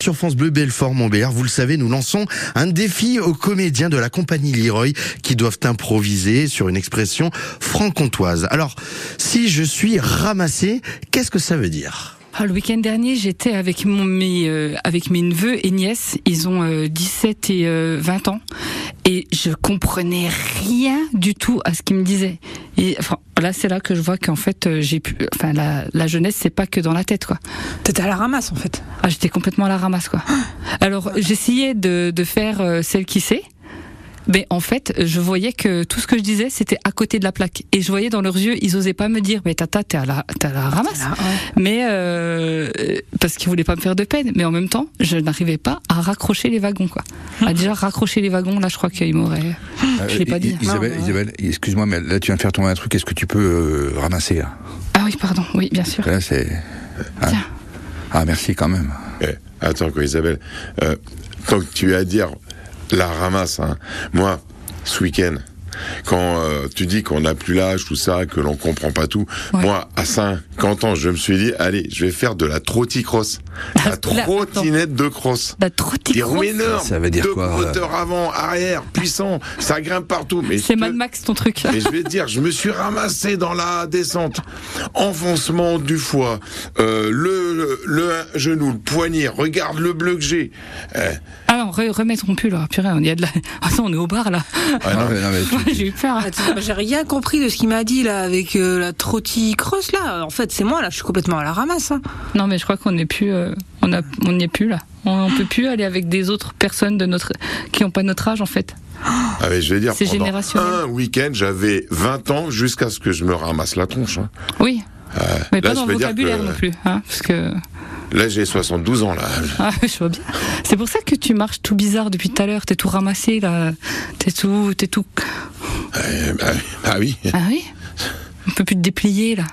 Sur France Bleu Belfort Montbéliard, vous le savez, nous lançons un défi aux comédiens de la compagnie Leroy qui doivent improviser sur une expression franc-comtoise. Alors, si je suis ramassé, qu'est-ce que ça veut dire Ah, le week-end dernier, j'étais avec mon, mes, euh, avec mes neveux et nièces. Ils ont euh, 17 et euh, 20 ans. Et je comprenais rien du tout à ce qu'ils me disaient. Et enfin, là, c'est là que je vois qu'en fait, euh, j'ai pu. Enfin, la, la jeunesse, c'est pas que dans la tête, quoi. T'étais à la ramasse en fait. Ah, j'étais complètement à la ramasse, quoi. Alors, j'essayais de, de faire euh, celle qui sait. Mais en fait, je voyais que tout ce que je disais, c'était à côté de la plaque. Et je voyais dans leurs yeux, ils osaient pas me dire, mais tata, t'es à la, t'es à la ramasse. Voilà, ouais. Mais euh, euh, parce qu'ils voulaient pas me faire de peine. Mais en même temps, je n'arrivais pas à raccrocher les wagons, quoi. À déjà raccrocher les wagons, là, je crois qu'ils m'auraient. Euh, Je l'ai pas I- dit. I- Isabelle, Non, ouais. Isabelle, excuse-moi, mais là tu viens de faire tomber un truc. Est-ce que tu peux euh, ramasser là Ah oui, pardon. Oui, bien sûr. Parce que Là c'est. Ah. Tiens. Ah, merci quand même. Eh, attends quoi, Isabelle. Euh, tant que tu as à dire la ramasse, hein. moi, ce week-end, quand euh, tu dis qu'on n'a plus l'âge, tout ça, que l'on comprend pas tout, Ouais. moi, à 50 ans, je me suis dit, allez, je vais faire de la trotticross. La La- attends. trottinette de cross. La trottinette. Des roues énormes. Ça veut dire Deux quoi, euh moteurs avant, arrière, puissant, ça grimpe partout. Mais C'est je te- Mad Max ton truc. mais je vais te dire, je me suis ramassé dans la descente. Enfoncement du foie, euh, le, le genou, le poignet, regarde le bleu que j'ai. Eh, Alors, Ah, re- remets ton pull, là. Purée, on y a de la. Attends, on est au bar, là. ah non, Non, mais- non, mais tu- J'ai eu peur. Attends, Bah, J'ai rien compris de ce qu'il m'a dit là avec euh, la trottie cross là. En fait, c'est moi là, je suis complètement à la ramasse. hein. Non, mais je crois qu'on n'est plus, euh, on a, on n'y est plus là. On, on peut plus aller avec des autres personnes de notre, qui n'ont pas notre âge en fait. ah mais je vais dire, C'est pendant générationnel. un week-end, j'avais 20 ans jusqu'à ce que je me ramasse la tronche. hein. Oui, mais là, pas je dans le peux dire vocabulaire que- non plus, hein, parce que Là, j'ai 72 ans, là. ah, je vois bien. C'est pour ça que tu marches tout bizarre depuis tout à l'heure. T'es tout ramassé là. T'es tout, t'es tout. Eh ben, ah oui, Ah oui. On peut plus te déplier là.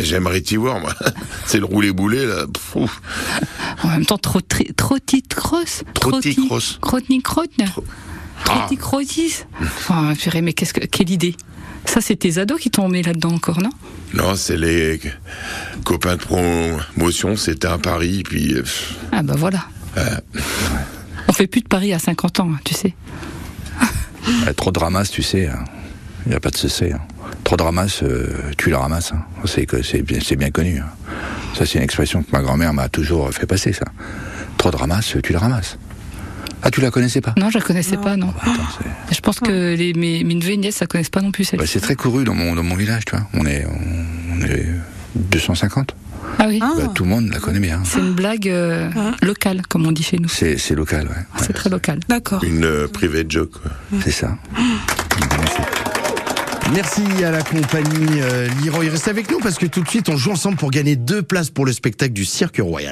j'aimerais t'y voir, moi. C'est le roulé-boulé, là. Pff, ouf. En même temps, trop tri- trotti de crosse. Trotti crosse. Crottni crottne. Ah. Trotti crottis. Enfin, Oh, purée, mais qu'est-ce que, quelle idée. Ça, c'est tes ados qui t'ont mis là-dedans encore, non Non, c'est les copains de promotion, c'était un pari, puis... euh, pff, Ah bah voilà. Euh, On fait plus de paris à 50 ans, hein, tu sais. Ah, trop de ramasse, tu sais. hein. Il n'y a pas de cessé. hein. Trop de ramasse, euh, tu la ramasses. hein. C'est que c'est bien, c'est bien connu. hein. Ça, c'est une expression que ma grand-mère m'a toujours fait passer. Ça. Trop de ramasse, tu la ramasses. Ah, tu la connaissais pas Non, je la connaissais pas, non. Bah, attends, c'est... Je pense que les, mes, mes neveux et nièces, ça connaissent pas non plus celle bah, c'est très couru dans mon, dans mon village, tu vois. On est, on est 250. Ah oui, Hein Bah, tout le monde la connaît bien. c'est une blague euh, Hein locale, comme on dit chez nous. C'est, c'est local, ouais. Ah, C'est très local. D'accord. Une euh, private joke, quoi. C'est ça. Merci à la compagnie euh, Leroy. Restez avec nous parce que tout de suite, on joue ensemble pour gagner deux places pour le spectacle du Cirque Royal.